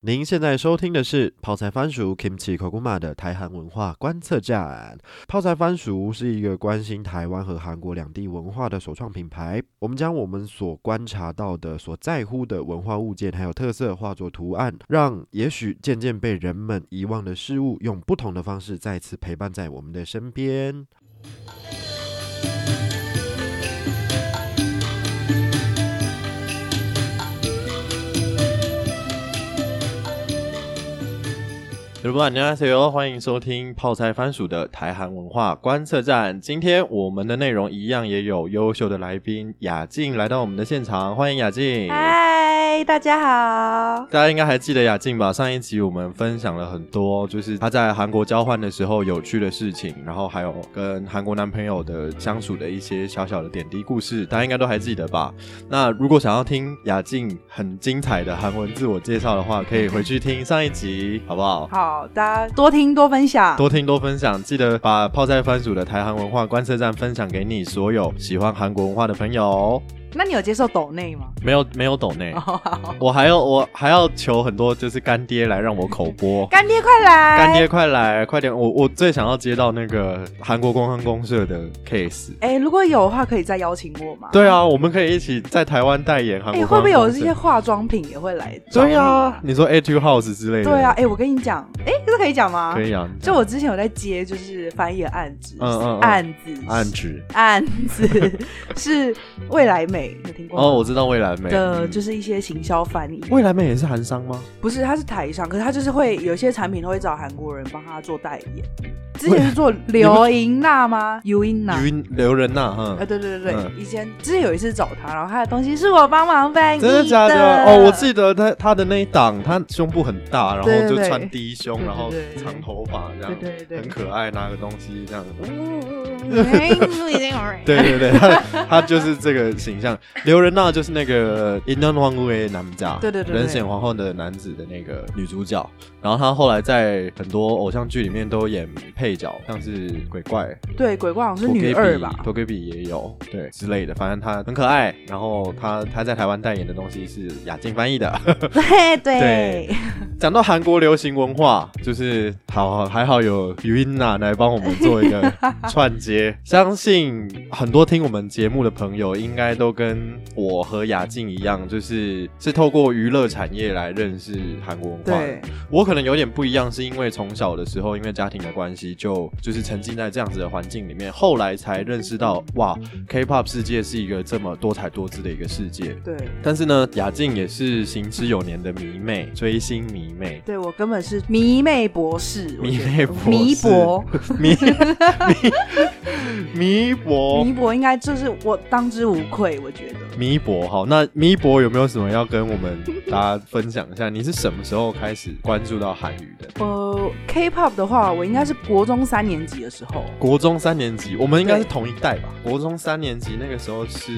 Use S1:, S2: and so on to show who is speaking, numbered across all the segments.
S1: 您现在收听的是泡菜番薯 Kimchi Koguma 的台韩文化观测站。泡菜番薯是一个关心台湾和韩国两地文化的首创品牌。我们将我们所观察到的、所在乎的文化物件还有特色化作图案，让也许渐渐被人们遗忘的事物，用不同的方式再次陪伴在我们的身边。여러분안녕하세요，欢迎收听泡菜番薯的台韩文化观测站。今天我们的内容一样也有优秀的来宾雅静来到我们的现场，欢迎雅静。
S2: 嗨，大家好。
S1: 大家应该还记得雅静吧？上一集我们分享了很多，就是她在韩国交换的时候有趣的事情，然后还有跟韩国男朋友的相处的一些小小的点滴故事，大家应该都还记得吧？那如果想要听雅静很精彩的韩文自我介绍的话，可以回去听上一集，好不好？
S2: 好，大家多听多分享。
S1: 多听多分享，记得把泡菜番薯的台韩文化观测站分享给你所有喜欢韩国文化的朋友哦。
S2: 那你有接受抖内吗？
S1: 没有没有抖内，
S2: 好好
S1: 我还要我还要求很多就是干爹来让我口播。
S2: 干爹快来！
S1: 干爹，快来，快点！我我最想要接到那个韩国公安公社的 case。
S2: 哎、如果有的话，可以再邀请我吗？
S1: 对啊，我们可以一起在台湾代言韩
S2: 哎、
S1: 国
S2: 会
S1: 观
S2: 不会
S1: 光公社。
S2: 有这些化妆品也会来找
S1: 对
S2: 你
S1: 啊，？你说 A Two House 之类的。
S2: 对啊，哎、我跟你讲，哎、这可以讲吗？
S1: 可。以啊。
S2: 就我之前有在接，就是翻译的案子，
S1: 嗯嗯嗯
S2: 案子，
S1: 暗指
S2: 案子 是未来美，有听过吗
S1: 哦，我知道未来美
S2: 的，就是是一些行销翻译，
S1: 未来美也是韩商吗？
S2: 不是，他是台商，可是他就是会有些产品都会找韩国人帮他做代言。之前是做刘莹娜吗？尤莹娜。
S1: 于刘仁娜，
S2: 啊，
S1: 嗯，
S2: 对对对对，
S1: 嗯
S2: 以前之前有一次找他，然后他的东西是我帮忙翻译
S1: 真的假
S2: 的？
S1: 的？哦，我记得他他的那一档，他胸部很大，然后
S2: 对对
S1: 就
S2: 对
S1: 穿低胸，
S2: 对对
S1: 然后
S2: 对对
S1: 长头发这样，
S2: 对对对
S1: 很可爱，拿个东西这样。
S2: 嗯
S1: 对对 对，他他就是这个形象。刘仁娜就是那个《呃银南皇后》的男家，
S2: 对对对对
S1: 人显皇后的男子的那个女主角。然后她后来在很多偶像剧里面都演配角，像是鬼怪、
S2: 对，鬼怪好像哦是
S1: 托
S2: 女
S1: 给
S2: 二吧？
S1: 托给比也有对之类的，反正她很可爱。然后她她在台湾代言的东西是雅静翻译的。
S2: 对
S1: 对
S2: 对，
S1: 讲到韩国流行文化，就是好还好有 Yuna 来帮我们做一个串接。相信很多听我们节目的朋友，应该都跟我和雅静一样，就是是透过娱乐产业来认识韩国文化的
S2: 对。
S1: 我可能有点不一样，是因为从小的时候，因为家庭的关系，就就是沉浸在这样子的环境里面，后来才认识到，哇，K-pop 世界是一个这么多彩多姿的一个世界。
S2: 对
S1: 但是呢，雅静也是行之有年的迷妹，追星迷妹，
S2: 对，我根本是迷妹博士，我
S1: 迷
S2: 觉得
S1: 妹博士
S2: 迷博，
S1: 迷迷迷博
S2: 迷博应该就是我当之无愧，我觉得。
S1: 迷博。好，那迷博有没有什么要跟我们大家分享一下？你是什么时候开始关注到韩语的？
S2: 呃，K-pop 的话，我应该是国中三年级的时候，
S1: 国中三年级，我们应该是同一代吧？
S2: 嗯
S1: 国中三年级那个时候是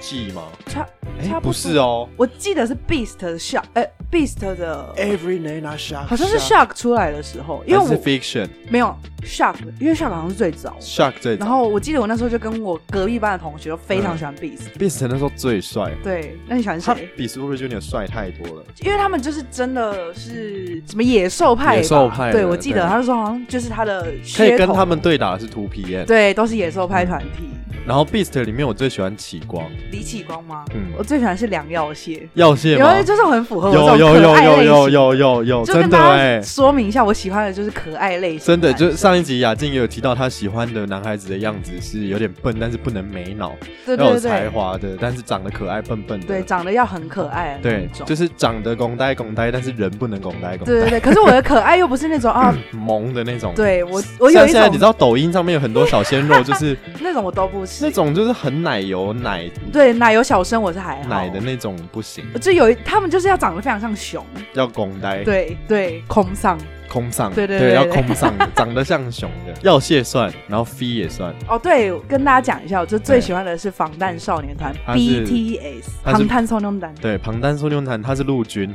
S1: G 吗？
S2: 差
S1: 哎、
S2: 差不多
S1: 不是哦。
S2: 我记得是 Beast 的 Shock，呃，Beast 的
S1: Every night I shock，
S2: 好像是 Shock 出来的时候，因为
S1: 还是
S2: 我
S1: fiction
S2: 没有 Shock，因为 Shock 好像是最早。
S1: shock 最
S2: 然
S1: 早
S2: 后我记得我那时候就跟我隔壁班的同学都非常喜欢 Beast，、
S1: ，Beast 那时候最帅，
S2: 对，那你喜欢
S1: 嗯他
S2: 谁？
S1: 比 Super Junior 帅太多了。
S2: 因为他们就是真的是什么野兽派吧，
S1: 野兽派的
S2: 对我记得
S1: 对
S2: 他就说好像就是他的
S1: 可以
S2: 血
S1: 跟
S2: 统，
S1: 他们对打的是 Two PM，
S2: 对，都是野兽派团体。
S1: 然后 Beast 里面我最喜欢启光，
S2: 李启光吗？
S1: 嗯
S2: 我最喜欢是梁耀谢，
S1: 药蟹
S2: 因
S1: 吗？
S2: 为啊就是很符合我这
S1: 有
S2: 种
S1: 有
S2: 可
S1: 有
S2: 爱
S1: 有
S2: 类
S1: 有
S2: 型
S1: 有有有，
S2: 就跟
S1: 真的
S2: 大
S1: 哎、
S2: 家说明一下，我喜欢的就是可爱类型。
S1: 真的，就上一集雅静也有提到，她喜欢的男孩子的样子是有点笨，但是不能没脑，
S2: 对
S1: 要有
S2: 对
S1: 才
S2: 对
S1: 华的，但是长得可爱笨笨的，
S2: 对，长得要很可爱的那
S1: 对
S2: 一种。
S1: 就是长得拱呆拱呆，但是人不能拱呆拱
S2: 对
S1: 呆，
S2: 对对，可是我的可爱又不是那种啊，
S1: 萌的那种。，
S2: 对我我
S1: 嗯
S2: 有
S1: 像
S2: 一
S1: 现在你知
S2: 种
S1: 道抖音上面有很多小鲜肉，就是
S2: 那种我都不是
S1: 那，种就是很奶油奶
S2: 对奶油小生我是还好，
S1: 奶的那种不行，
S2: 就有一他们就是要长得非常像熊，
S1: 要拱呆。
S2: 对对，空上
S1: 空上，
S2: 对对对
S1: 要
S2: 对
S1: 空 上的，长得像熊的，药蟹算，然后飞也算，
S2: 哦，对，跟大家讲一下，我就最
S1: 对
S2: 喜欢的是防弹少年团
S1: 他是
S2: BTS，
S1: 他是
S2: 防弹少年团，
S1: 对，庞丹苏牛坦他是陆军，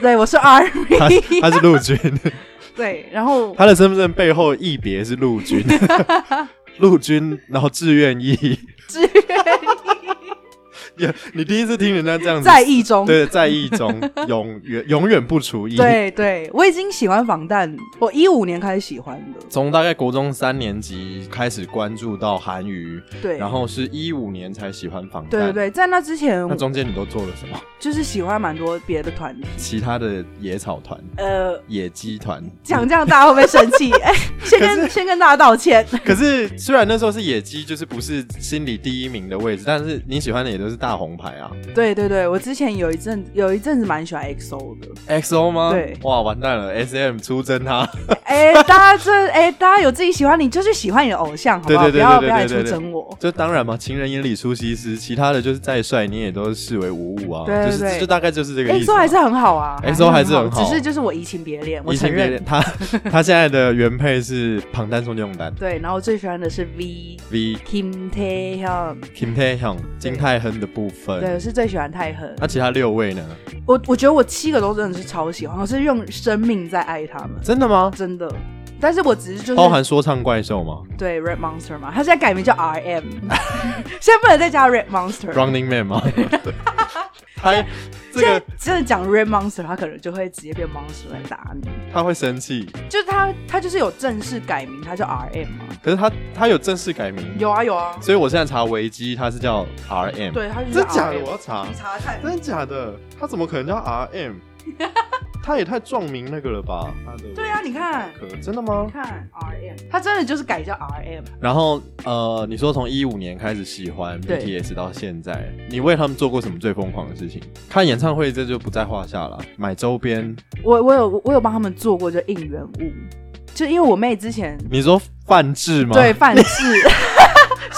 S2: 对我是
S1: 他
S2: ARMY，
S1: 他是陆 军，
S2: 对，然后
S1: 他的身份证背后一别是陆军， 陆军，然后志愿役，
S2: 志愿
S1: 你第一次听人家这样子
S2: 在意中。
S1: 对，在意 中，永远永远不除一。，
S2: 对对，我已经喜欢防弹，我一五年开始喜欢的。
S1: 从大概国中三年级开始关注到韩娱，
S2: 对，
S1: 然后是一五年才喜欢防弹。
S2: 对对对，在那之前
S1: 那中间你都做了什么？
S2: 就是喜欢蛮多别的团体。
S1: 其他的野草团、
S2: 呃，
S1: 野鸡团。
S2: 讲这样大家会不会生气？哎，先跟先跟大家道歉。
S1: 可是虽然那时候是野鸡，就是不是心里第一名的位置，但是你喜欢的也都是大红牌啊
S2: 对对对，我之前有一阵有一阵子蛮喜欢 XO 的。
S1: ，XO 吗？
S2: 对
S1: 哇，完蛋了，SM 出征啊他。
S2: 哎，大家这哎，大家有自己喜欢，你就去喜欢你的偶像，好不好？
S1: 对对
S2: 不
S1: 对
S2: 要不
S1: 对对
S2: 要来
S1: 对
S2: 出
S1: 对
S2: 征我。
S1: 就当然嘛，情人眼里出西施，其他的就是再帅你也都视为无物啊。
S2: 对对
S1: 就是
S2: 对
S1: 就大概就是这个意思
S2: XO
S1: 嘛。
S2: 还是很好啊
S1: XO 还是很好
S2: 只是就是我移情别恋，我
S1: 以
S2: 承
S1: 前别
S2: 认。
S1: 人他 他现在的原配是庞丹宋仲丹
S2: 对，然后我最喜欢的是 V
S1: V
S2: Kim Tae Hyun，
S1: Kim Tae Hyung 金泰亨的部
S2: 对，
S1: 分。
S2: 我是最喜欢泰亨。
S1: 那其他六位呢？
S2: 我我觉得我七个都真的是超喜欢，我是用生命在爱他们，
S1: 真的吗？
S2: 真的。但是我只是就是
S1: 包含说唱怪兽吗
S2: 对 Red Monster 嘛，他现在改名叫 RM，现在不能再叫 Red Monster。
S1: ？Running Man 吗？他这
S2: 现在
S1: 个
S2: 真的讲 Red Monster，他可能就会直接变 Monster 来打你。
S1: 他会生气，
S2: 就是他他就是有正式改名，他叫 RM 嘛。
S1: 可是他他有正式改名，
S2: 有啊有啊，
S1: 所以我现在查维基，他是叫 RM。，
S2: 对，他就是
S1: 真假的
S2: RM
S1: 我要查
S2: 你。查看。
S1: 真的假的？他怎么可能叫 RM？他也太撞名那个了吧？他的
S2: 对啊，你看
S1: 可真的吗
S2: 你？看 RM，他真的就是改叫 RM。
S1: 然后呃，你说从一五年开始喜欢
S2: 对
S1: BTS 到现在，你为他们做过什么最疯狂的事情？看演唱会这就不在话下了，买周边，
S2: 我我有我有帮他们做过就应援物，就因为我妹之前
S1: 你说泛制吗？
S2: 对，范式。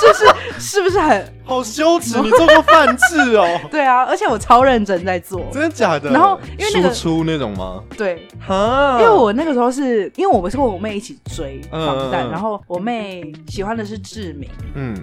S2: 是不是是不是很，
S1: 好羞耻，你做过泛制哦
S2: 对啊？而且我超认真在做，
S1: 真的假的？
S2: 然后因为那个
S1: 输出那种吗？
S2: 对，
S1: 哈，
S2: 因为我那个时候是因为我们是跟我妹一起追
S1: 嗯
S2: 防弹，
S1: 嗯嗯
S2: 然后我妹喜欢的是志明，
S1: 嗯，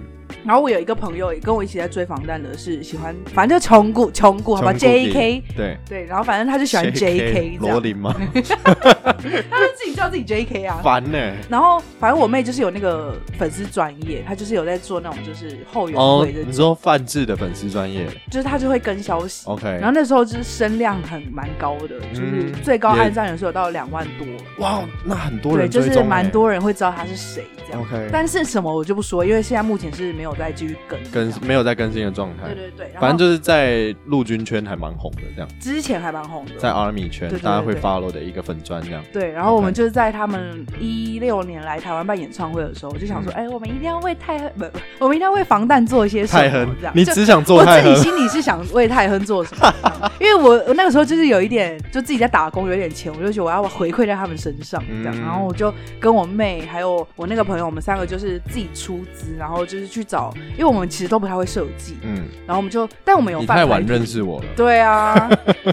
S2: 然后我有一个朋友也跟我一起在追防弹的是喜欢，反正就穷谷穷谷好吧
S1: 中古底
S2: J K
S1: 对。
S2: 对，然后反正他就喜欢 J K 这
S1: 罗
S2: 样，
S1: 琳吗？
S2: 他就自己叫自己 J K 啊。
S1: 烦呢、
S2: 然后反正我妹就是有那个粉丝专业，她就是有在做那种就是后援
S1: 哦，
S2: 会的
S1: 你说泛制的粉丝专业
S2: 就是她就会跟消息。
S1: ，OK。
S2: 然后那时候就是声量很蛮高的，
S1: 嗯
S2: 就是最高
S1: 也
S2: 按赞人数有到两万多，
S1: 哇，那很多
S2: 对，
S1: 人
S2: 就
S1: 追
S2: 是
S1: 踪欸哦
S2: 蛮多人会知道他是谁这样。
S1: OK，
S2: 但是什么我就不说，因为现在目前是没有再继续跟这
S1: 更
S2: 样
S1: 没有在更新的状态
S2: 对。对对，然后
S1: 反正就是在陆军圈还蛮红的，这样
S2: 之前还蛮红的，
S1: 在嗯 Army 圈
S2: 对对对
S1: 大家会 follow 的一个粉砖这样。
S2: 对，然后我们就是在他们一六年来台湾办演唱会的时候，我就想
S1: 嗯
S2: 说，哎、我们一定要为泰亨，不，不我们一定要为防弹做一些什
S1: 泰
S2: 么
S1: 亨，，
S2: 这样。
S1: 你
S2: 就
S1: 只想做
S2: 我
S1: 泰
S2: 自己
S1: 亨，
S2: 心里是想为泰亨做什么，这 样因为我我那个时候就是有一点，就自己在打工，有点钱，我就觉得我要回馈在他们身上，这样。
S1: 嗯
S2: 然后我就跟我妹还有我那个朋友，我们三个就是自己出资，然后就是去找，因为我们其实都不太会设计，
S1: 嗯，
S2: 然后我们就，但我们有
S1: 你
S2: 饭
S1: 太
S2: 团
S1: 晚
S2: 体
S1: 认识我了。
S2: 对啊，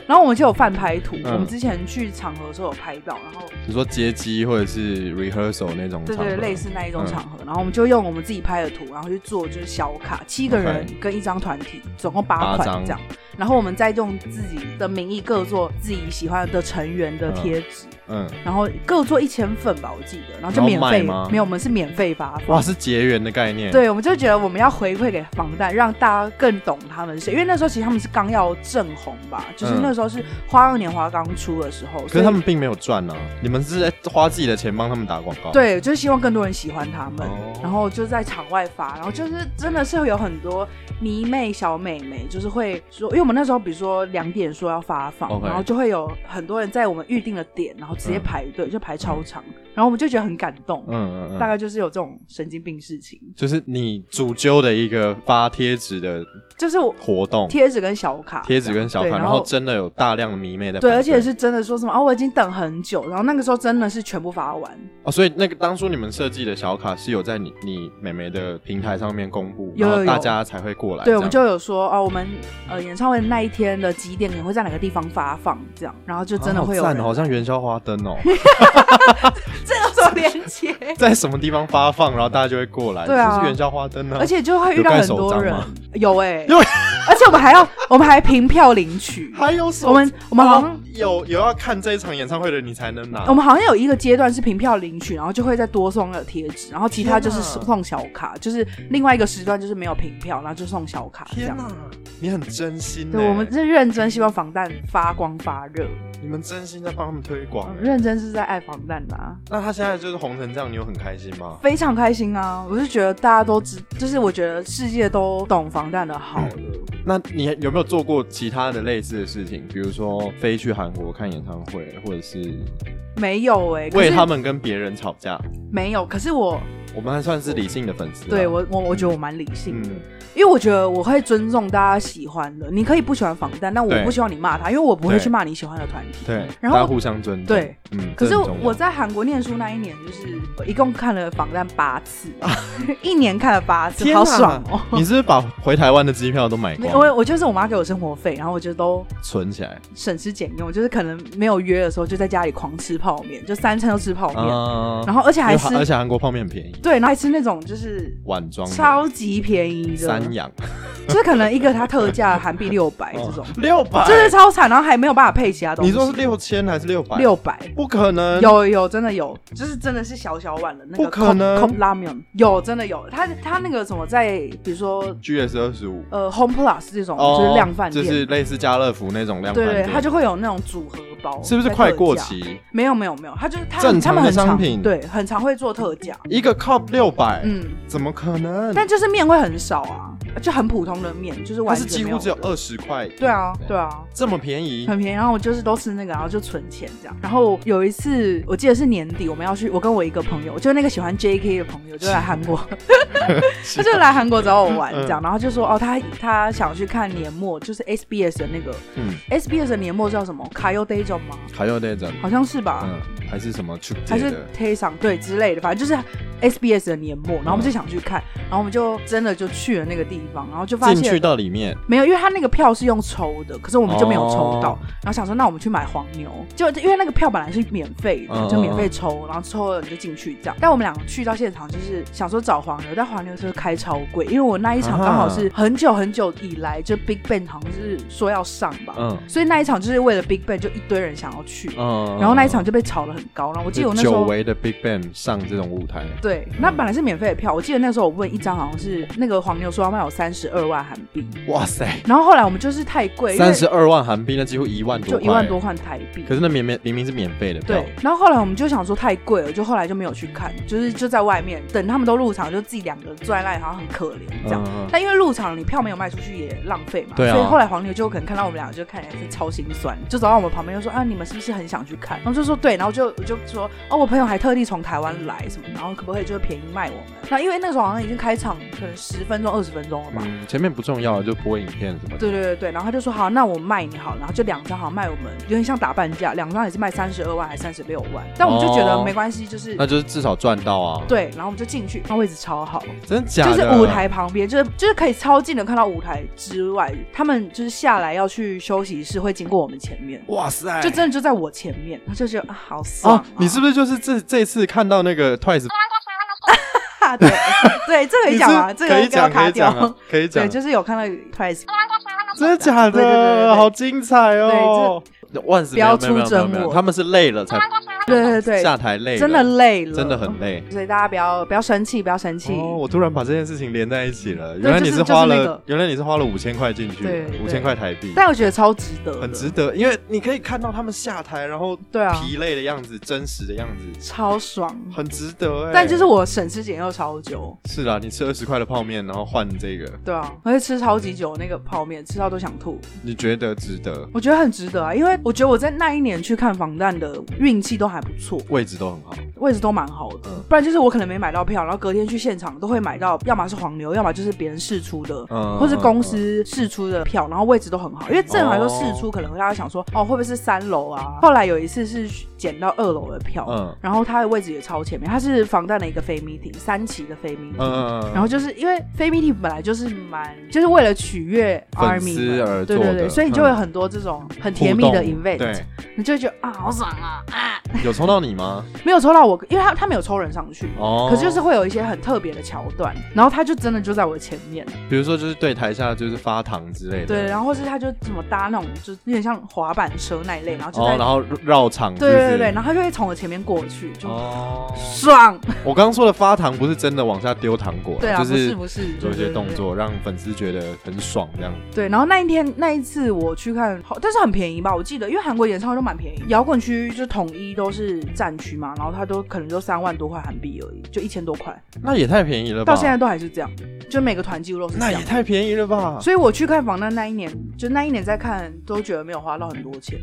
S2: 然后我们就有饭拍图，
S1: 嗯
S2: 我们之前去场合的时候有拍到，然后
S1: 你说接机或者是 rehearsal 那种
S2: 对
S1: 场
S2: 对
S1: 合，
S2: 类似那一种
S1: 嗯
S2: 场合，然后我们就用我们自己拍的图，然后去做就是小卡，七个人
S1: OK
S2: 跟一张团体，总共
S1: 八
S2: 八
S1: 张
S2: 款这样，然后我们再用自己的名义各做自己喜欢的成员的贴纸，
S1: 嗯，
S2: 然后各做一千份吧，我记得，然后就
S1: 然后
S2: 免
S1: 卖
S2: 费
S1: 吗，
S2: 没有，我们是免费发放。
S1: 哇，是结缘的概念。，
S2: 对，我们就觉得我们要回馈给防弹，让大家更懂他们是谁。因为那时候其实他们是刚要正红吧，就是
S1: 嗯
S2: 那时候是《花样年华》刚出的时候，
S1: 可
S2: 所
S1: 是
S2: 以
S1: 他们并没有赚啊，你们是在花自己的钱帮他们打广告。，
S2: 对，就是希望更多人喜欢他们，
S1: 哦
S2: 然后就在场外发，然后就是真的是有很多迷妹小美眉，就是会说，因为我们那时候比如说两点说要发放
S1: OK
S2: 然后就会有很多人在我们预定的点，然后直接
S1: 嗯
S2: 排队、就排超长，然后我们就觉得很感动，
S1: 嗯嗯
S2: 大
S1: 嗯，
S2: 概就是有这种神经病事情，
S1: 就是你主揪的一个发贴纸的
S2: 就是我
S1: 活动，
S2: 贴纸跟小卡，
S1: 贴纸跟小
S2: 对
S1: 卡，
S2: 然
S1: 然
S2: 后
S1: 后真的有大量的迷妹在排队。
S2: 对，而且是真的说什么啊，我已经等很久，然后那个时候真的是全部发完，
S1: 哦，所以那个当初你们设计的小卡是有在你你妹妹的平台上面公布，
S2: 有
S1: 然后
S2: 有
S1: 大
S2: 有
S1: 家才会过来这
S2: 对，
S1: 样。
S2: 我们就有说哦，我们呃演唱会那一天的几点可能会在哪个地方发放，这样，然后就真的会有
S1: 啊好
S2: 人，
S1: 赞哦好像元宵花灯哦，
S2: 这有什做连接，
S1: 在什么地方发放，然后大家就会过来，
S2: 对啊
S1: 就是元宵花灯啊。
S2: 而且就会遇到很多人
S1: 有盖手章，
S2: 有哎、
S1: 有
S2: 而且我们还要，我们还凭票领 取，
S1: 还有什么？
S2: 我们我们好像
S1: 哦有有要看这一场演唱会的，你才能拿
S2: 我。们好像有一个阶段是凭票领取，然后就会再多送那个贴纸，然后其他就是
S1: 天哪
S2: 送小卡，就是另外一个时段就是没有凭票，然后就送小啊卡这
S1: 天
S2: 样。
S1: 哪，你很真心呢。
S2: 对，我们是认真希望防弹发光发热，
S1: 你们真心在帮他们推广
S2: 嗯。认真是在爱防弹啦、
S1: 那他现在就是红成这样，你有很开心吗？
S2: 非常开心啊！我是觉得大家都知，就是我觉得世界都懂防弹的好了。
S1: 嗯那你有没有做过其他的类似的事情？比如说飞去韩国看演唱会，或者是
S2: 没有哎、可
S1: 为
S2: 是
S1: 他们跟别人吵架？
S2: 没有，可是我
S1: 我们还算是理性的粉丝啊。
S2: 对我我我觉得我蛮理性的，
S1: 嗯，
S2: 因为我觉得我会尊重大家喜欢的。你可以不喜欢防弹，但我
S1: 对
S2: 不希望你骂他，因为我不会
S1: 对
S2: 去骂你喜欢的团体。
S1: 对，
S2: 然后
S1: 大家互相尊重。
S2: 对，
S1: 嗯，
S2: 可是
S1: 这很重要
S2: 我在韩国念书那一年，就是我一共看了防弹八次， 一年看了八次，
S1: 天哪
S2: 好爽哦！
S1: 你是不是把回台湾的机票都买
S2: 因为
S1: 光，
S2: 我就是我妈给我生活费，然后我就都
S1: 存起来？
S2: 省吃俭用，就是可能没有约的时候就在家里狂吃泡面，就三餐都吃泡面，
S1: 啊
S2: 然后而且
S1: 因
S2: 还
S1: 为
S2: 吃
S1: 韩而且韩国泡面便宜，
S2: 对，然后还吃那种就是
S1: 碗装的
S2: 超级便宜的，
S1: 三洋
S2: 就是可能一个它特价韩币六 百哎这种，
S1: 六百，
S2: 就是超惨，然后还没有办法配其他东西。
S1: 哦你说是六千还是六百？
S2: 六百？
S1: 不可能，
S2: 有有真的有，就是真的是小小碗的那个
S1: 不可能
S2: Kom- Kom ramen 有真的有，它它那个什么在比如说
S1: GS 二十五，
S2: 呃 Home Plus 这种、就是量贩店，
S1: 哦就是类似家乐福那种量贩
S2: 对对，
S1: 店，
S2: 它就会有那种组合包，
S1: 是不是快过？期？
S2: 没有没有没有，它就是它
S1: 正常的
S2: 他们很常
S1: 商品
S2: 对，很常会做特价，
S1: 一个 cup 六百，
S2: 嗯，
S1: 怎么可能？
S2: 但就是面会很少啊，就很普通的面，就是
S1: 它
S2: 完
S1: 是
S2: 全
S1: 几
S2: 没
S1: 乎只有
S2: 的
S1: 二十块，
S2: 对啊对啊，
S1: 这么便宜，
S2: 很便宜，然后我就是都吃那个，然后就存钱这样。然后有一次，我记得是年底，我们要去，我跟我一个朋友，就是那个喜欢 JK 的朋友，就来韩国， 他就来韩国找我玩这样，
S1: 嗯
S2: 然后就说哦，他他想去看年末，就是 SBS 的那个
S1: 嗯，
S2: SBS 的年末叫什么 c a y o d a y 中吗？
S1: 还有那种，
S2: 好像是吧。
S1: 嗯，还是什么去
S2: 啊还
S1: 借
S2: 是
S1: 的，
S2: 推上对之类的，反正就是 SBS 的年末，然后
S1: 嗯
S2: 我们就想去看，然后我们就真的就去了那个地方，然后就发
S1: 进去
S2: 现
S1: 到里面，
S2: 没有，因为他那个票是用抽的，可是我们就没有抽到。
S1: 哦
S2: 然后想说，那我们去买黄牛，就因为那个票本来是免费的，
S1: 嗯
S2: 就免费抽，然后抽了你就进去这样。但我们两个去到现场，就是想说找黄牛，但黄牛是开超贵，因为我那一场
S1: 啊
S2: 刚好是很久很久以来，就 Big Bang 好像是说要上吧，
S1: 嗯
S2: 所以那一场就是为了 Big Bang 就一堆人想要去，
S1: 嗯，
S2: 然后那一场就被炒得很高。然后我记得我那时
S1: 久
S2: 候。
S1: 违的 Big Bang 上这种舞台，
S2: 对，那本来是免费的票，我记得那时候我问一张好像是那个黄牛说要卖我三十二万韩币，
S1: 哇塞，
S2: 然后后来我们就是太贵，因为
S1: 三十二万韩币，那几乎一万多，
S2: 就一万多。换台币。
S1: 可是那哦明明明明是免费的票，
S2: 对，然后后来我们就想说太贵了，就后来就没有去看，就是就在外面等他们都入场，就自己两个人坐在那里，好像很可怜这样。
S1: 嗯，
S2: 但因为入场你票没有卖出去也浪费嘛，
S1: 对啊
S2: 所以后来黄牛就可能看到我们两个就看起来是超心酸，就走到我们旁边就说啊你们是不是很想去看？然后就说对，然后就我就说哦我朋友还特地从台湾来什么，然后可不可以就是便宜卖我们？那因为那时候好像已经开场可能十分钟二十分钟了吧，
S1: 嗯，前面不重要，就播影片什么的。
S2: 对对对对，然后他就说好，那我卖你好，然后就两张好像卖我们，有点像打半价，两张也是卖三十二万还是三十六万，但我们就觉得
S1: 哦
S2: 没关系，就是、
S1: 那就是至少赚到啊！，
S2: 对，然后我们就进去，那位置超好，
S1: 真假
S2: 就
S1: 的？
S2: 是舞台旁边，就是就是可以超近的看到舞台之外，他们就是下来要去休息室会经过我们前面，
S1: 哇塞！
S2: 就真的就在我前面，然后就觉得啊好爽、
S1: 哎哦
S2: 啊，
S1: 你是不是就是这这次看到那个 Twice？
S2: 怕啊对对，这个可以讲 啊，
S1: 你是
S2: 这
S1: 可
S2: 个
S1: 以
S2: 要
S1: 讲，可
S2: 卡
S1: 以
S2: 掉，
S1: 讲啊，可以
S2: 对，
S1: 讲。
S2: 就是有看到 Twice，
S1: 真的假
S2: 对对对对对
S1: 的？好精彩哦！万斯
S2: 不要
S1: 没有没有
S2: 出
S1: 没有
S2: 征
S1: 没有
S2: 我
S1: 他们是累了才
S2: 对对对，
S1: 下台累了，
S2: 真的累了，
S1: 真的很累。
S2: 所以大家不要不要生气，不要生气。
S1: 哦，我突然把这件事情连在一起了。
S2: 对
S1: 原来你
S2: 就是
S1: 花了，
S2: 就是那个
S1: 原来你是花了五千块进去
S2: 对
S1: 的，
S2: 对
S1: 五千块台币，
S2: 但我觉得超值得的，
S1: 很值得，因为你可以看到他们下台，然后
S2: 对啊
S1: 疲累的样子，真实的样子，
S2: 超爽。
S1: 很值得哎、
S2: 但就是我省吃俭用超久，
S1: 是啊啦，你吃二十块的泡面，然后换这个，
S2: 对啊，而且吃超级久那个泡面，吃到都想吐。
S1: 你觉得值得？
S2: 我觉得很值得啊，因为我觉得我在那一年去看防弹的运气都还不错，
S1: 位置都很好，
S2: 位置都蛮好的。
S1: 嗯
S2: 不然就是我可能没买到票，然后隔天去现场都会买到，要么是黄牛，要么就是别人试出的。
S1: 嗯，
S2: 或是
S1: 嗯，
S2: 公
S1: 嗯
S2: 司试出的票，然后位置都很好，因为正常来说
S1: 哦
S2: 试出可能大家想说，哦，会不会是三楼啊？后来有一次是捡到二楼的票，
S1: 嗯
S2: 然后它的位置也超前面，它是防弹的一个非 meeting，三期的非 meeting，、
S1: 嗯嗯嗯，
S2: 然后就是因为非 meeting 本来就是蛮，就是为了取悦
S1: 粉
S2: army
S1: 丝
S2: 们
S1: 而
S2: 对
S1: 做
S2: 对
S1: 的嗯
S2: 对，所以你就会很多这种很甜蜜的
S1: 互动
S2: event，
S1: 对，
S2: 你就会觉得啊好爽啊啊！
S1: 有抽到你 吗？
S2: 没有抽到我，因为他他没有抽人上去，
S1: 哦，
S2: 可是就是会有一些很特别的桥段，然后他就真的就在我前面，
S1: 比如说就是对台下就是发糖之类的，
S2: 对，然后或是他就怎么搭那种就是有点像滑板车那一类，然后就
S1: 哦，
S2: 在、
S1: 然后绕场，
S2: 对
S1: 是不
S2: 对
S1: 是
S2: 对对，然后他就会从我前面过去，就、
S1: 哦，
S2: 爽，
S1: 我刚刚说的发糖不是真的往下丢糖果，
S2: 对啊，
S1: 就
S2: 不是
S1: 是
S2: 不是，
S1: 做一
S2: 对
S1: 些动。作让粉丝觉得很爽这样。
S2: 对对对，然后那一天那一次我去看，好但是很便宜吧，我记得，因为韩国演唱会都蛮便宜，摇滚区就统一都是战区嘛，然后它都可能就三万多块韩币而已，就一千多块，
S1: 那也太便宜了吧？
S2: 到现在都还是这样，就每个团几乎都是这
S1: 那
S2: 样
S1: 也。太便宜了吧？
S2: 所以我去看防弹那一年，就那一年在看，都觉得没有花到很多钱，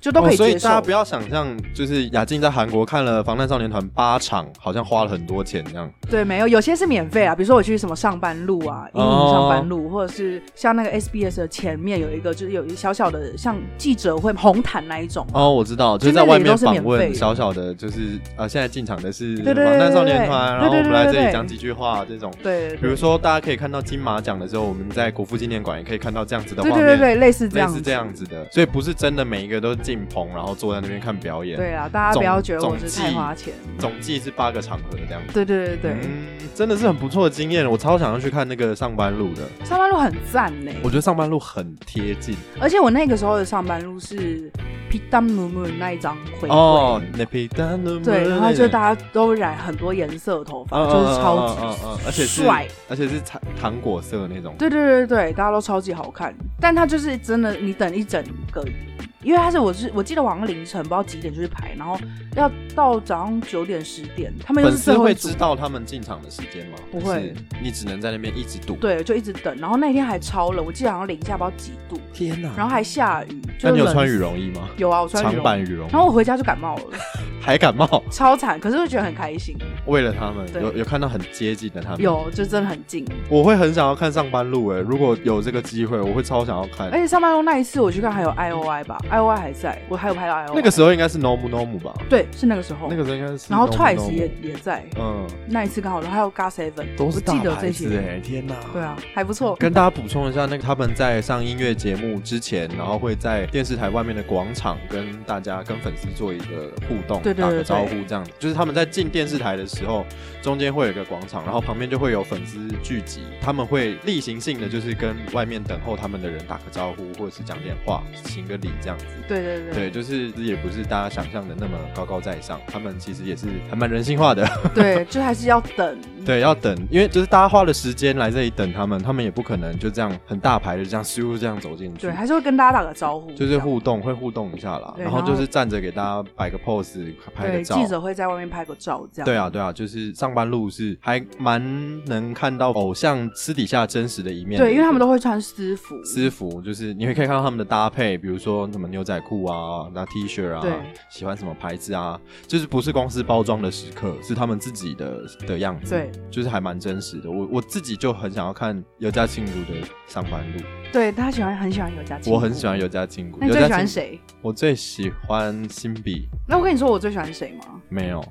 S2: 就都可
S1: 哦所以
S2: 接受。
S1: 大家不要想象，就是雅静在韩国看了防弹少年团八场，好像花了很多钱这样。
S2: 对，没有，有些是免费啊，比如说我去什么上班路啊，英
S1: 哦
S2: 影上班路，或者是像那个 SBS 的前面有一个，就是有一小小的像记者会红毯那一种。
S1: 哦，我知道，就是
S2: 就
S1: 在
S2: 那
S1: 外
S2: 里
S1: 面
S2: 都是
S1: 访
S2: 免费
S1: 问
S2: 的
S1: 小小的，就是呃，现在进场的是
S2: 对对
S1: 防弹
S2: 对
S1: 少
S2: 对
S1: 年
S2: 对
S1: 团，
S2: 对
S1: 然后我
S2: 对
S1: 们
S2: 对
S1: 来
S2: 对
S1: 这里
S2: 对
S1: 讲几句话这种。
S2: 对，对
S1: 比如，说，大家可以看到金马奖的时候，我们在国父纪念馆也可以看到这样子的画
S2: 对
S1: 面，
S2: 对对对，类似这
S1: 类
S2: 样，
S1: 似这样。子的，所以不是真的每一个都进棚，然后坐在那边看表演。，
S2: 对啊，大家不要觉得我是太花钱。
S1: 总计是八个场合这样子。
S2: 对对对对，对
S1: 嗯，真的是很不错的经验，我超想要去看那个上班路的，
S2: 上班路很赞呢、
S1: 我觉得上班路很贴近
S2: 而且我那个时候的上班路是 p i t a m u m u 那一张回归。
S1: 哦。那嗯皮蛋的
S2: 对，然后就大家都染很多颜色的头发，就是超级
S1: 级，而且是
S2: 帅，
S1: 嗯而且是糖糖果色那种。
S2: 对对对对，大家都超级好看，但他就是真的，你等一整个，因为他是我是我记得晚上凌晨不知道几点就去排，然后要到早上九点十点，他们又
S1: 粉
S2: 是
S1: 丝
S2: 最后
S1: 会
S2: 一组
S1: 知，道他们进场的时间吗？
S2: 不
S1: 还是
S2: 会，
S1: 你只能在那边一直赌。，
S2: 对，就一直等，然后那天还超冷，我记得好像零下不知道几度，
S1: 天哪！
S2: 然后还下雨，
S1: 嗯那
S2: 就
S1: 你有
S2: 冷
S1: 穿羽
S2: 死？
S1: 绒衣吗？
S2: 有啊，我穿羽
S1: 长
S2: 绒
S1: 版
S2: 衣，
S1: 羽绒衣，
S2: 然后我回家就感冒了，
S1: 还感冒。
S2: 超惨，可是我觉得很开心，
S1: 为了他们，
S2: 对
S1: 有有看到很接近的他们。，
S2: 有就真的很近，
S1: 我会很想要看上班路诶、如果有这个机会，我会超想要看。
S2: 而且上班路那一次我去看还有 I O I 吧，I O I 还在，我还有拍到 I O I，
S1: 那个时候应该是 Nomu Nomu 吧？
S2: 对是那个时候，
S1: 那个时候应该是 Nomu Nomu。
S2: 然后 Twice 也也在，
S1: 嗯，
S2: 那一次刚好，然后还有 g a Seven，
S1: 都是
S2: 我
S1: 大
S2: 记得
S1: 牌
S2: 这
S1: 子
S2: 些，
S1: 哎、天哪！
S2: 对啊，还不错。
S1: 跟大家补充一下，那个他们在上音乐节目之前，然后会在电视台外面的广场跟大家、跟粉丝做一个互动，
S2: 对对对
S1: 打个
S2: 对
S1: 招呼，这样。就是他们在进电视台的时候，中间会有一个广场，然后旁边就会有粉丝聚集，他们会例行性的就是跟外面等候他们的人打个招呼，或者是讲点话，行个礼这样子。
S2: 对对对
S1: 对，就是也不是大家想象的那么高高在上，他们其实也是还蛮人性化的。
S2: 对，就还是要等。
S1: 对，要等，因为就是大家花了时间来这里等他们，他们也不可能就这样很大牌的这样咻这样走进去
S2: 对，，还是会跟大家打个招呼，
S1: 就是互动会互动一下啦，
S2: 对
S1: 然后
S2: 然后
S1: 就是站着给大家摆个 pose，
S2: 这
S1: 拍
S2: 样
S1: 个
S2: 对
S1: 照。
S2: 记者会在外面拍个照这样。
S1: 对啊，对啊，就是上班路是还蛮能看到偶像私底下真实的一面的。
S2: 对，因为他们都会穿私服，
S1: 私服，就是你会可以看到他们的搭配，比如说什么牛仔裤啊，那 T 恤啊
S2: 对，
S1: 喜欢什么牌子啊，就是不是公司包装的时刻，是他们自己的的样子，
S2: 对，
S1: 就是还蛮真实的。我我自己就很想要看尤家庆谷的上班路，
S2: 对他喜欢很喜欢尤佳琪，
S1: 我很喜。欢尤家庆谷。
S2: 那你
S1: 尤
S2: 最
S1: 家
S2: 喜欢
S1: 庆？
S2: 谁？
S1: 我最喜欢辛比，
S2: 那我跟你说，我最喜欢谁吗？
S1: 没有。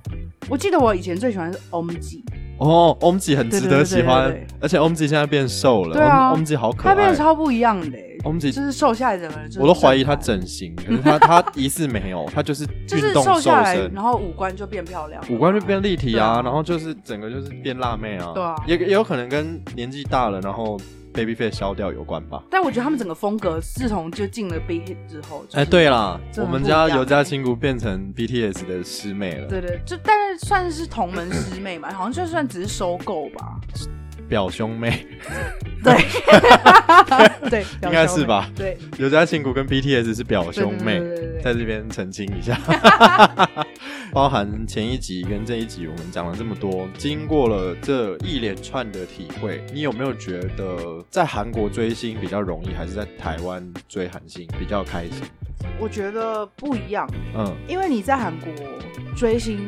S2: 我记得我以前最喜欢是 OMG，
S1: 哦，OMG 很值得
S2: 对对对
S1: 喜欢
S2: 对对对，
S1: 而且 OMG 现在变瘦了
S2: 对啊
S1: ，OMG 好可
S2: 他变
S1: 爱
S2: 得。超不一样的欸，
S1: OMG
S2: 就是瘦下来整个人就是
S1: 我都怀疑他
S2: 正
S1: 整形，可是 他他疑似没有，他就是
S2: 就
S1: 运
S2: 是
S1: 动
S2: 瘦
S1: 瘦
S2: 下来，
S1: 身
S2: 然后五官就变漂亮了嘛，
S1: 五官就变立体啊，
S2: 对啊
S1: 然后就是整个就是变辣妹啊，
S2: 对啊
S1: 也也有可能跟年纪大了，然后 baby face 消掉有关吧。
S2: 但我觉得他们整个风格，自从就进了 Big Hit 之后，就是
S1: 哎、对啦，
S2: 真
S1: 我
S2: 的
S1: 们
S2: 不一样欸
S1: 家尤家亲姑变成 BTS 的师妹了，
S2: 对对，就但是算是同门师妹嘛，好像就算只是收购吧，
S1: 表兄妹。
S2: 对，对，
S1: 应该是吧
S2: 表兄妹？对，
S1: 尤家亲姑跟 BTS 是表兄妹，
S2: 对对对对对
S1: 在这边澄清 一下。包含前一集跟这一集，我们讲了这么多，经过了这一连串的体会，你有没有觉得在韩国追星比较容易，还是在台湾追韩星比较开心？
S2: 我觉得不一样，
S1: 嗯。
S2: 因为你在韩国追星，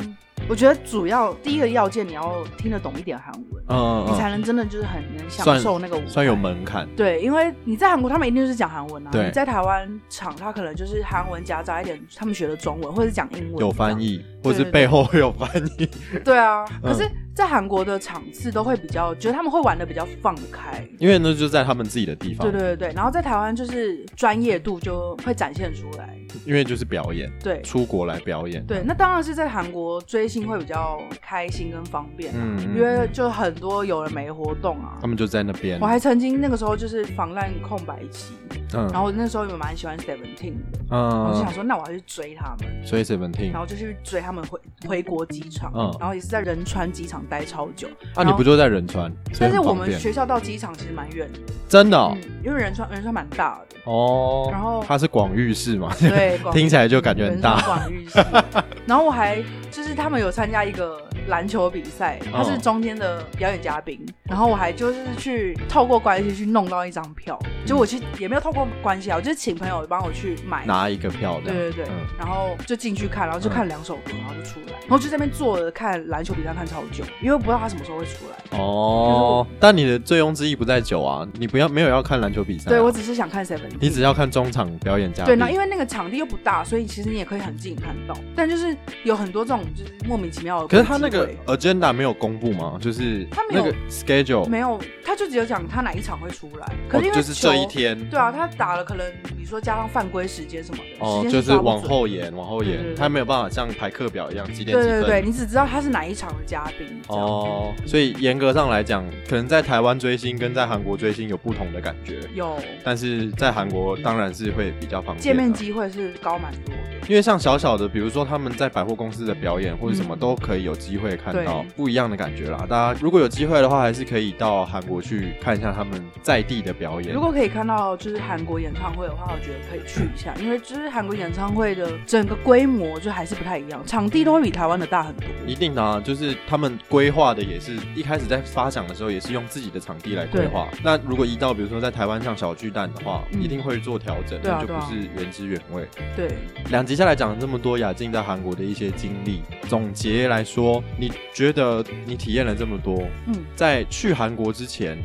S2: 我觉得主要第一个要件你要听得懂一点韩文，
S1: 嗯
S2: 你才
S1: 嗯
S2: 能真的就是很能享
S1: 算
S2: 受那个舞
S1: 嗯，算有
S2: 台
S1: 门槛，
S2: 对，因为你在韩国，他们一定是讲韩文啊。
S1: 对
S2: 你在台湾场，他可能就是韩文夹杂一点他们学的中文，或者是讲英文。
S1: 有翻。译，或是
S2: 对对对
S1: 背后有翻译，
S2: 对啊，
S1: 嗯
S2: 可是，在韩国的场次都会比较，觉得他们会玩的比较放开。
S1: 因为那就在他们自己的地方，
S2: 对对对对，然后在台湾就是专业度就会展现出来。
S1: 因为就是表演，
S2: 对
S1: 出国来表演，
S2: 对，那当然是在韩国追星会比较开心跟方便，
S1: 嗯，嗯，
S2: 因为
S1: 嗯
S2: 就很多有人没活动啊
S1: 他。们就在那边，
S2: 我还曾经那个时候就是防烂空白期，
S1: 嗯，
S2: 然后我那时候也蛮喜欢 Seventeen 的，我就
S1: 嗯，
S2: 想说那我要去追他们。
S1: 所以 Seventeen 啊
S2: 然后就去追他们回回国机场，
S1: 嗯
S2: 然后也是在仁川机场待超久。
S1: 啊，你不就在仁川？所以
S2: 但是
S1: 很
S2: 我
S1: 方
S2: 们
S1: 便
S2: 学校到机场其实蛮远的，
S1: 真的哦
S2: 嗯，因为仁川仁川蛮大的，
S1: 哦，
S2: 然后
S1: 它是广域市嘛，
S2: 对，广
S1: 听起来就感觉很大
S2: 仁川广域市。然后我还就是他们有参加一个篮球比赛，
S1: 哦
S2: 他是中间的表演嘉宾，然后我还就是去透过关系去弄到一张票，
S1: 嗯
S2: 就我去也没有透过关系啊，我就是请朋友帮我去买。
S1: 拿一个票的，
S2: 对对对，
S1: 嗯
S2: 然后就进去看，然后就看两首歌，然后就出来，然后就在那边坐着看篮球比赛看超久，因为不知道他什么时候会出来。
S1: 哦，但你的醉翁之意不在酒啊，你不要没有要看篮球比赛啊、
S2: 对我只是想看 Seven，
S1: 你只要看中场表演嘉
S2: 对，
S1: 宾，
S2: 那因为那个场地又不大，所以其实你也可以很近看到，但就是有很多这种就是莫名其妙的。
S1: 可是他那个 agenda 没有公布嘛，就是
S2: 他没
S1: 那
S2: 有
S1: 个 schedule，
S2: 没有，他就只有讲他哪一场会出来，可是因
S1: 哦、
S2: 为、
S1: 就是这一。天，
S2: 对啊，他打了可能你说加上犯规时间什么的，
S1: 哦
S2: 时，间
S1: 就是
S2: 抓不
S1: 往
S2: 准
S1: 后延，往后
S2: 对对
S1: 延，
S2: 对
S1: 他没有办法像排课表一样几点
S2: 对
S1: 几
S2: 对
S1: 分。
S2: 对，你只知道他是哪一场的嘉宾。这样，
S1: 哦，所以严格上来讲，可能在台湾追星跟在韩国追星有不同的感觉，
S2: 有
S1: 但是在韩国当然是会比较方便、啊。
S2: 见面机会是高蛮多的。
S1: 因为像小小的，比如说他们在百货公司的表演或者什么，
S2: 嗯
S1: 都可以有机会看到
S2: 对
S1: 不一样的感觉啦。大家如果有机会的话，还是可以到韩国去看一下他们在地的表演
S2: 如。果可以看到就是韩国演唱会的话，我觉得可以去一下，因为就是韩国演唱会的整个规模就还是不太一样，场地都会比台湾的大很多。
S1: 一定的、啊，就是他们规划的也是一开始在发想的时候，也是用自己的场地来规划。那如果移到比如说在台湾像小巨蛋的话，
S2: 嗯
S1: 一定会做调整，
S2: 对啊
S1: 那就
S2: 对
S1: 不
S2: 啊
S1: 是原汁原味。
S2: 对，
S1: 两集下来讲了这么多雅静在韩国的一些经历，总结来说，你觉得你体验了这么多，
S2: 嗯
S1: 在去韩国之前，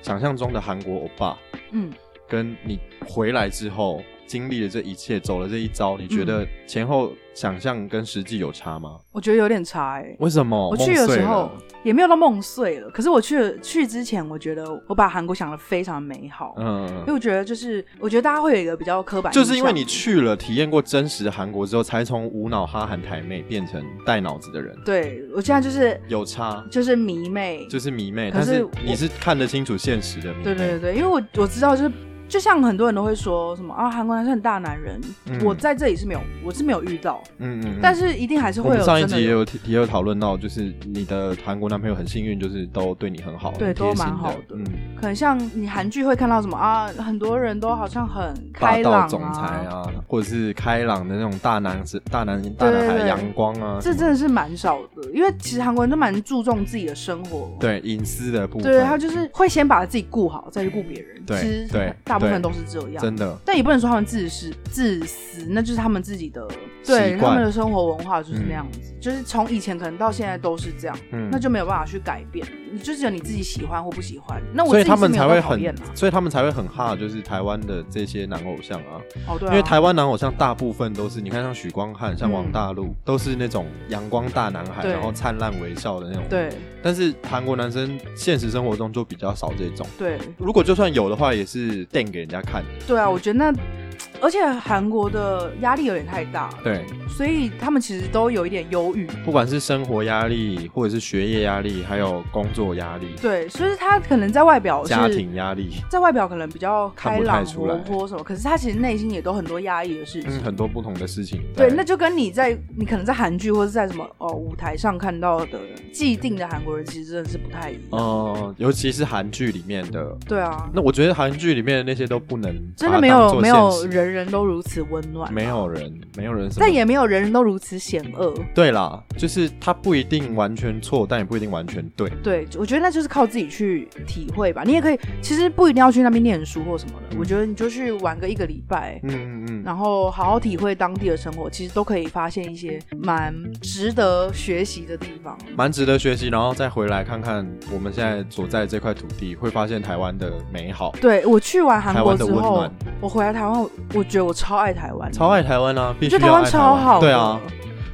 S1: 想象中的韩国欧巴，
S2: 嗯，
S1: 跟你回来之后经历了这一切，走了这一遭，你觉
S2: 嗯
S1: 得前后想象跟实际有差吗？
S2: 我觉得有点差哎、
S1: 为什么？
S2: 我去的
S1: 梦碎
S2: 时
S1: 了
S2: 候也没有到梦碎了，可是我去了去之前，我觉得我把韩国想的非常美好，因为
S1: 嗯，
S2: 我觉得就是我觉得大家会有一个比较刻板印
S1: 就
S2: 象，
S1: 是因为你去了体验过真实的韩国之后，才从无脑哈韩台妹变成带脑子的人，
S2: 对我现在就是
S1: 有差，
S2: 就是迷妹，
S1: 就是迷妹，
S2: 可
S1: 但
S2: 是
S1: 是
S2: 我
S1: 你是看得清楚现实的迷妹，
S2: 对对对对，因为我我知道就是。就像很多人都会说什么啊，韩国男生很大男人，
S1: 嗯
S2: 我在这里是没有，我是没有遇到，
S1: 嗯嗯，嗯
S2: 但是一定还是
S1: 我
S2: 会
S1: 们
S2: 有
S1: 上一
S2: 真
S1: 集
S2: 的
S1: 也有提也有讨论到，就是你的韩国男朋友很幸运，就是都对你很好，
S2: 对
S1: 很贴
S2: 都
S1: 心
S2: 蛮好
S1: 的
S2: 的，
S1: 嗯，
S2: 可能像你韩剧会看到什么啊，很多人都好像很
S1: 霸
S2: 开朗
S1: 道总裁啊，或者是开朗的那种大男子、大男大
S2: 对对
S1: 男孩、
S2: 对
S1: 阳光啊，什
S2: 这
S1: 么
S2: 真的是蛮少的，因为其实韩国人都蛮注重自己的生活，
S1: 对隐私的部分，
S2: 对，他就是会先把自己顾好，再去顾别人。
S1: 对
S2: 其实
S1: 对
S2: 大部分
S1: 对
S2: 都是这样，
S1: 真的，
S2: 但也不能说他们自私自私，那就是他们自己的
S1: 习
S2: 对
S1: 惯
S2: 他们的生活文化就是那样子，就是从以前可能到现在都是这样，
S1: 嗯
S2: 那就没有办法去改变，你就只有你自己喜欢或不喜欢。那我
S1: 所以
S2: 自己
S1: 他们
S2: 是没
S1: 才
S2: 有
S1: 会
S2: 到讨厌
S1: 很
S2: 啊，，
S1: 所以他们才会很哈，就是台湾的这些男偶像啊，
S2: 哦对啊，
S1: 因为台湾男偶像大部分都是，你看像许光汉、像王
S2: 嗯
S1: 大陆，都是那种阳光大男孩，
S2: 对
S1: 然后灿烂微笑的那种，
S2: 对
S1: 但是韩国男生现实生活中就比较少这种。
S2: 对
S1: 如果就算有的话，也是电给人家看的。
S2: 对啊，我觉得那。而且韩国的压力有点太大，
S1: 对，
S2: 所以他们其实都有一点忧郁，
S1: 不管是生活压力，或者是学业压力，还有工作压力、
S2: 对，所以他可能在外表
S1: 家
S2: 哦是
S1: 庭压力，
S2: 在外表可能比较开
S1: 看不
S2: 朗、
S1: 太出来
S2: 活泼什么，可是他其实内心也都很多压抑的事
S1: 嗯，
S2: 情。
S1: 很多不同的事情。
S2: 对，那就跟你在你可能在韩剧或者在什么哦舞台上看到的既定的韩国人，其实真的是不太一样。
S1: 呃，尤其是韩剧里面的，
S2: 对啊，
S1: 那我觉得韩剧里面的那些都不能
S2: 真
S1: 把它
S2: 的没
S1: 当
S2: 有
S1: 作
S2: 没
S1: 现
S2: 有
S1: 实
S2: 有人人都如此温暖，
S1: 没有人，没有人什么，
S2: 但也没有人人都如此险恶。
S1: 对啦，就是他不一定完全错，但也不一定完全对。
S2: 对，我觉得那就是靠自己去体会吧。你也可以，其实不一定要去那边念书或什么的，
S1: 嗯
S2: 我觉得你就去玩个一个礼拜。
S1: 嗯嗯嗯，
S2: 然后好好体会当地的生活，其实都可以发现一些蛮值得学习的地方。
S1: 蛮值得学习，然后再回来看看我们现在所在这块土地，会发现台湾的美好，
S2: 对我去完韩
S1: 台
S2: 国
S1: 湾的
S2: 之
S1: 温
S2: 后
S1: 暖，，
S2: 我回来台湾，我觉得我超爱台湾，
S1: 超爱台湾啊！必
S2: 我
S1: 须
S2: 觉
S1: 要爱
S2: 得台湾超好的
S1: 对啊，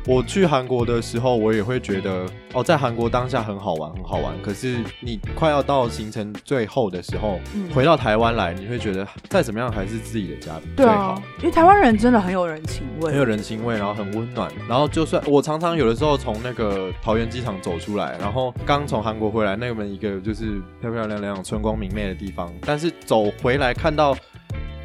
S1: 我去韩国的时候，我也会觉得哦，在韩国当下很好玩，很好玩。可是你快要到行程最后的时候，
S2: 嗯
S1: 回到台湾来，你会觉得再怎么样还是自己的家
S2: 对
S1: 最
S2: 啊
S1: 好。，
S2: 因为台湾人真的很有人情味，
S1: 很有人情味，然后很温暖。然后就算我常常有的时候从那个桃园机场走出来，然后刚从韩国回来，那么一个就是漂漂亮亮、春光明媚的地方，但是走回来看到，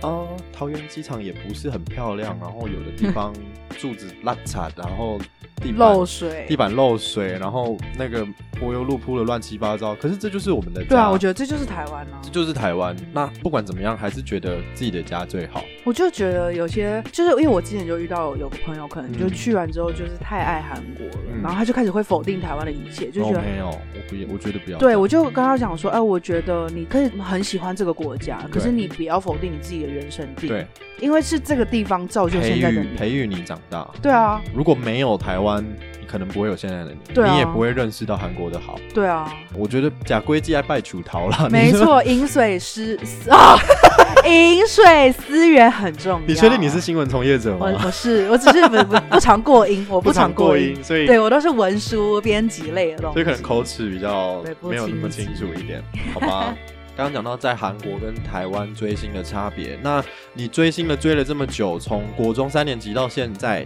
S1: 啊，桃园机场也不是很漂亮，然后有的地方柱子烂惨，然后地板
S2: 漏水
S1: 地。板漏水，然后那个柏油路铺的乱七八糟。可是这就是我们的家，
S2: 对啊，我觉
S1: 得
S2: 得这就是台湾啊
S1: 这。就是台湾。那不管怎么样，还是觉得自己的家最好。
S2: 我就觉得有些，就是因为我之前就遇到有个朋友，可能就去完之后就是太爱韩国了，
S1: 嗯
S2: 然后他就开始会否定台湾的一切，就觉得
S1: 哦、没有，我不也，我觉得不要这
S2: 对，
S1: 样。
S2: 我就跟他讲说，哎、我觉得你可以很喜欢这个国家，可是你不要否定你自己的原生地，
S1: 对，
S2: 因为是这个地方造就
S1: 培
S2: 现在的
S1: 育
S2: 你。
S1: 培育你长大。
S2: 对啊，
S1: 如果没有台湾，你可能不会有现在的你，
S2: 对啊
S1: 你也不会认识到韩国的好。
S2: 对啊，
S1: 我觉得假规矩爱拜楚桃啦，
S2: 没
S1: 你说。
S2: 错，饮水思啊， 饮水思源很重要。
S1: 你确定你是？新闻从业者
S2: 我
S1: 吗？
S2: 我是我只是不不不常过音， 我常
S1: 常
S2: 过
S1: 过，音，所以
S2: 对我都是文书编辑类的东
S1: 所
S2: 西。
S1: 以可能口齿比较
S2: 对不
S1: 没有那么
S2: 清
S1: 清
S2: 晰
S1: 楚 一点，好吧？刚刚讲到在韩国跟台湾追星的差别，那你追星了追了这么久，从国中三年级到现在，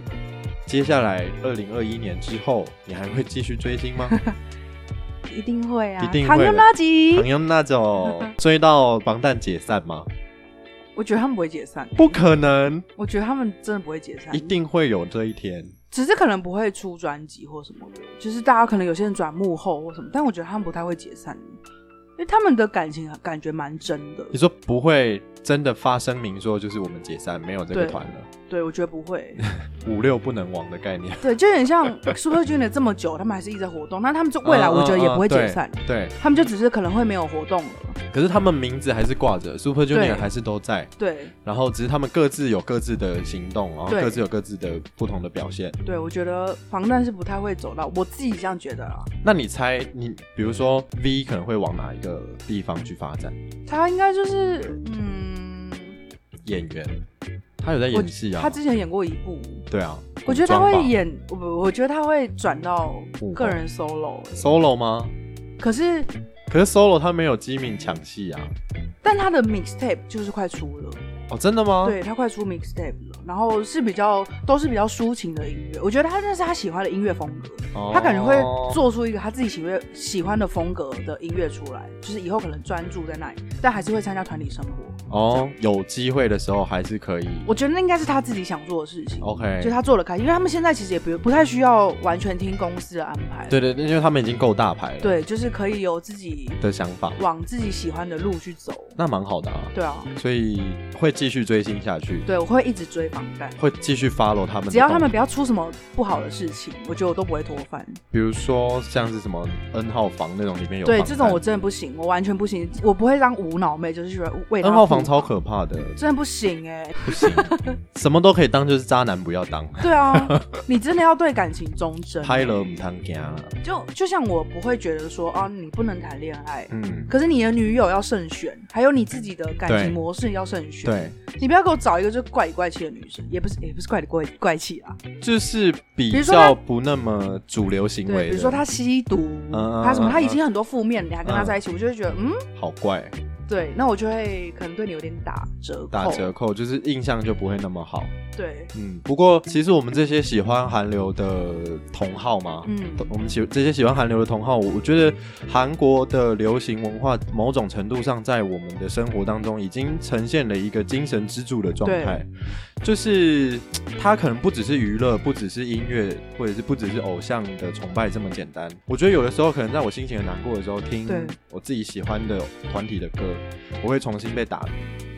S1: 接下来二零二一年之后，你还会继续追星吗？
S2: 一定会啊，
S1: 一定会
S2: 唐
S1: 的
S2: 优垃
S1: 朋
S2: 圾，
S1: 友那 种追到防弹解散吗？
S2: 我觉得他们不会解散，
S1: 不可能，
S2: 我觉得他们真的不会解散，
S1: 一定会有这一天。
S2: 只是可能不会出专辑或什么的，就是大家可能有些人转幕后或什么，但我觉得他们不太会解散，因为他们的感情感觉蛮真的。
S1: 你说不会真的发声明说就是我们解散，没有这个
S2: 对
S1: 团了，
S2: 对，我觉得不会。
S1: 五六不能亡的概念。
S2: 对，就有点像 Super Junior 这么久，他们还是一直活动，那他们就 未来我觉得也不会解散，
S1: 嗯嗯嗯 对。对
S2: 他们就只是可能会没有活动了。
S1: 可是他们名字还是挂着，Super
S2: 对
S1: Junior 还是都在，
S2: 对，
S1: 然后只是他们各自有各自的行动，然后
S2: 对
S1: 各自有各自的不同的表现。
S2: 对我觉得防弹是不太会走到，我自己这样觉得啦。
S1: 那你猜你，比如说 V 可能会往哪一个地方去发展？
S2: 他应该就是嗯，
S1: 演员，他有在
S2: 我
S1: 演戏啊，
S2: 他之前演过一部，
S1: 对啊，
S2: 我觉得他
S1: 古装
S2: 会
S1: 吧
S2: 演，我我觉得他会转到
S1: 幕后
S2: 个人 solo，欸
S1: solo 吗？
S2: 可是
S1: 可是 solo 他没有机敏抢戏啊。
S2: 但他的 mixtape 就是快出了，
S1: 哦，真的吗？
S2: 对他快出 mixtape 了，然后是比较都是比较抒情的音乐，我觉得他那是他喜欢的音乐风格，
S1: 哦，
S2: 他感觉会做出一个他自己喜欢喜欢的风格的音乐出来，就是以后可能专注在那里，但还是会参加团体生活。
S1: 哦，有机会的时候还是可以。
S2: 我觉得那应该是他自己想做的事情
S1: OK
S2: 就他做了开心，因为他们现在其实也不不太需要完全听公司啊的安排，
S1: 对对，对因为他们已经够大牌了，
S2: 对，就是可以有自己
S1: 的想法，
S2: 往自己喜欢的路去走，
S1: 那蛮好的啊。
S2: 对啊，
S1: 所以会继续追星下去，
S2: 对我会一直追防弹。
S1: 会继续 follow 他们的动态。
S2: 只要他们不要出什么不好的事情，我觉得我都不会脱饭。
S1: 比如说像是什么 N 号房那种里面有
S2: 对，
S1: 防弹
S2: 这种我真的不行，我完全不行，我不会当无脑妹，就是喜欢为他
S1: N 号房
S2: 付
S1: 超可怕的，
S2: 真的不行哎、
S1: 不行，什么都可以当，就是渣男不要当。
S2: 对啊，你真的要对感情忠贞。
S1: 拍了唔啊当家，
S2: 就就像我不会觉得说啊，你不能谈恋爱。
S1: 嗯，
S2: 可是你的女友要慎选，还有你自己的感
S1: 对
S2: 情模式要慎选。，
S1: 对，
S2: 你不要给我找一个就怪里怪气的女生，也不是也不是怪里怪怪气啊。
S1: 就是比
S2: 比如说他
S1: 较不那么主流行为的，
S2: 对，比如说她吸毒，
S1: 嗯
S2: 她什么，
S1: 嗯
S2: 她已
S1: 嗯
S2: 经很多负面，你还跟她
S1: 嗯
S2: 在一起，我就会觉得嗯，
S1: 好怪，
S2: 对，那我就会可能对你有点打折扣。
S1: 打折扣，就是印象就不会那么好。
S2: 对，
S1: 嗯，不过其实我们这些喜欢韩流的同好嘛，
S2: 嗯，
S1: 我们喜这些喜欢韩流的同好，我我觉得韩国的流行文化某种程度上在我们的生活当中已经呈现了一个精神支柱的状态，就是嘖它可能不只是娱乐，不只是音乐，或者是不只是偶像的崇拜这么简单。我觉得有的时候可能在我心情很难过的时候，听
S2: 对
S1: 我自己喜欢的团体的歌，我会重新被打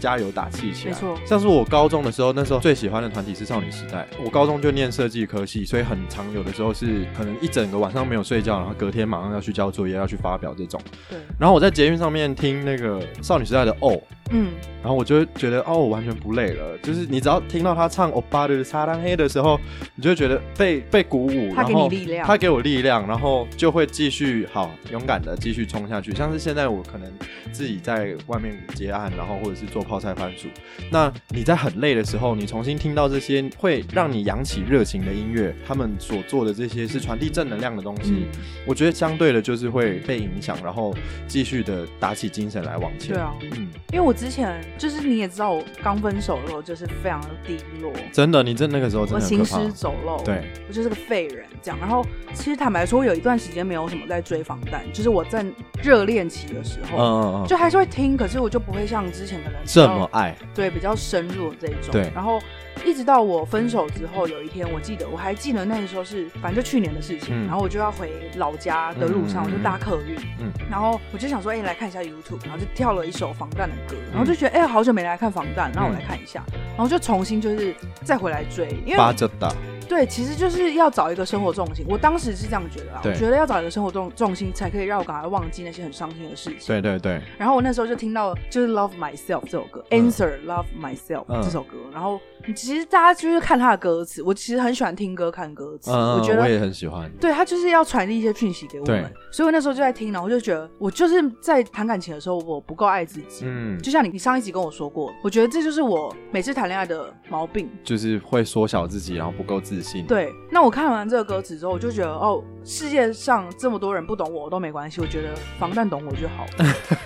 S1: 加油打气起来。
S2: 没错
S1: 像是我高中的时候，那时候最喜欢的团体是少女时代。我高中就念设计科系，所以很常有的时候是可能一整个晚上没有睡觉，然后隔天马上要去交作业，要去发表这种。
S2: 对，
S1: 然后我在捷运上面听那个少女时代的《哦》，
S2: 嗯，
S1: 然后我就会觉得哦，我完全不累了。就是你只要听到他唱《欧巴的撒浪嘿》的时候，你就会觉得被被鼓舞，
S2: 他给
S1: 然后
S2: 你力量
S1: 他给我力量，然后就会继续好勇敢的继续冲下去。像是现在我可能自己在外面接案，然后或者是做泡菜番薯，那你在很累的时候，你重新听到这些会让你扬起热情的音乐，他们所做的这些是传递正能量的东西。
S2: 嗯
S1: 我觉得相对的就是会被影响，然后继续的打起精神来往前。
S2: 对啊，
S1: 嗯。
S2: 因为我之前就是你也知道，我刚分手的时候就是非常的低落，
S1: 真的，你真的那个时候真
S2: 我
S1: 的很可
S2: 行
S1: 怕
S2: 尸。走肉，
S1: 对，
S2: 我就是个废人这样。然后其实坦白说，我有一段时间没有什么在追防弹，就是我在热恋期的时
S1: 嗯
S2: 候，
S1: 嗯嗯，
S2: 哦就还是会听，可是我就不会像之前可能比较
S1: 这么爱，
S2: 对比较深入的这一种。
S1: 对
S2: 然后一直到我分手之后，有一天我记得我还记得那个时候是，反正就去年的事情。
S1: 嗯
S2: 然后我就要回老家的路上，
S1: 嗯嗯嗯
S2: 我就搭客运，
S1: 嗯
S2: 然后我就想说，哎、来看一下 YouTube，然后就跳了一首防弹的歌，
S1: 嗯
S2: 然后就觉得，哎、好久没来看防弹，那我来看一下，然后就重新就是再回来追，因为
S1: 巴着打，
S2: 对，其实就是要找一个生活重心。我当时是这样觉得啦，我
S1: 对
S2: 觉得要找一个生活重重心，才可以让我赶快忘记那些很伤心的事情。
S1: 对对对，
S2: 然后我那时候就听到就是《Love Myself》这首歌，
S1: 嗯
S2: Answer Love Myself》
S1: 嗯
S2: 这首歌。然后其实大家就是看他的歌词，我其实很喜欢听歌看歌词，
S1: 嗯，
S2: 觉
S1: 我
S2: 得
S1: 也很喜欢，
S2: 对他就是要传递一些讯息给我们
S1: 对。
S2: 所以我那时候就在听，然后我就觉得我就是在谈感情的时候，我不够爱自己。
S1: 嗯，
S2: 就像你，你上一集跟我说过，我觉得这就是我每次谈恋爱的毛病，
S1: 就是会缩小自己，然后不够自信，，
S2: 对，那我看完这个歌词之后，我就觉得哦，世界上这么多人不懂我都没关系，我觉得防弹懂我就好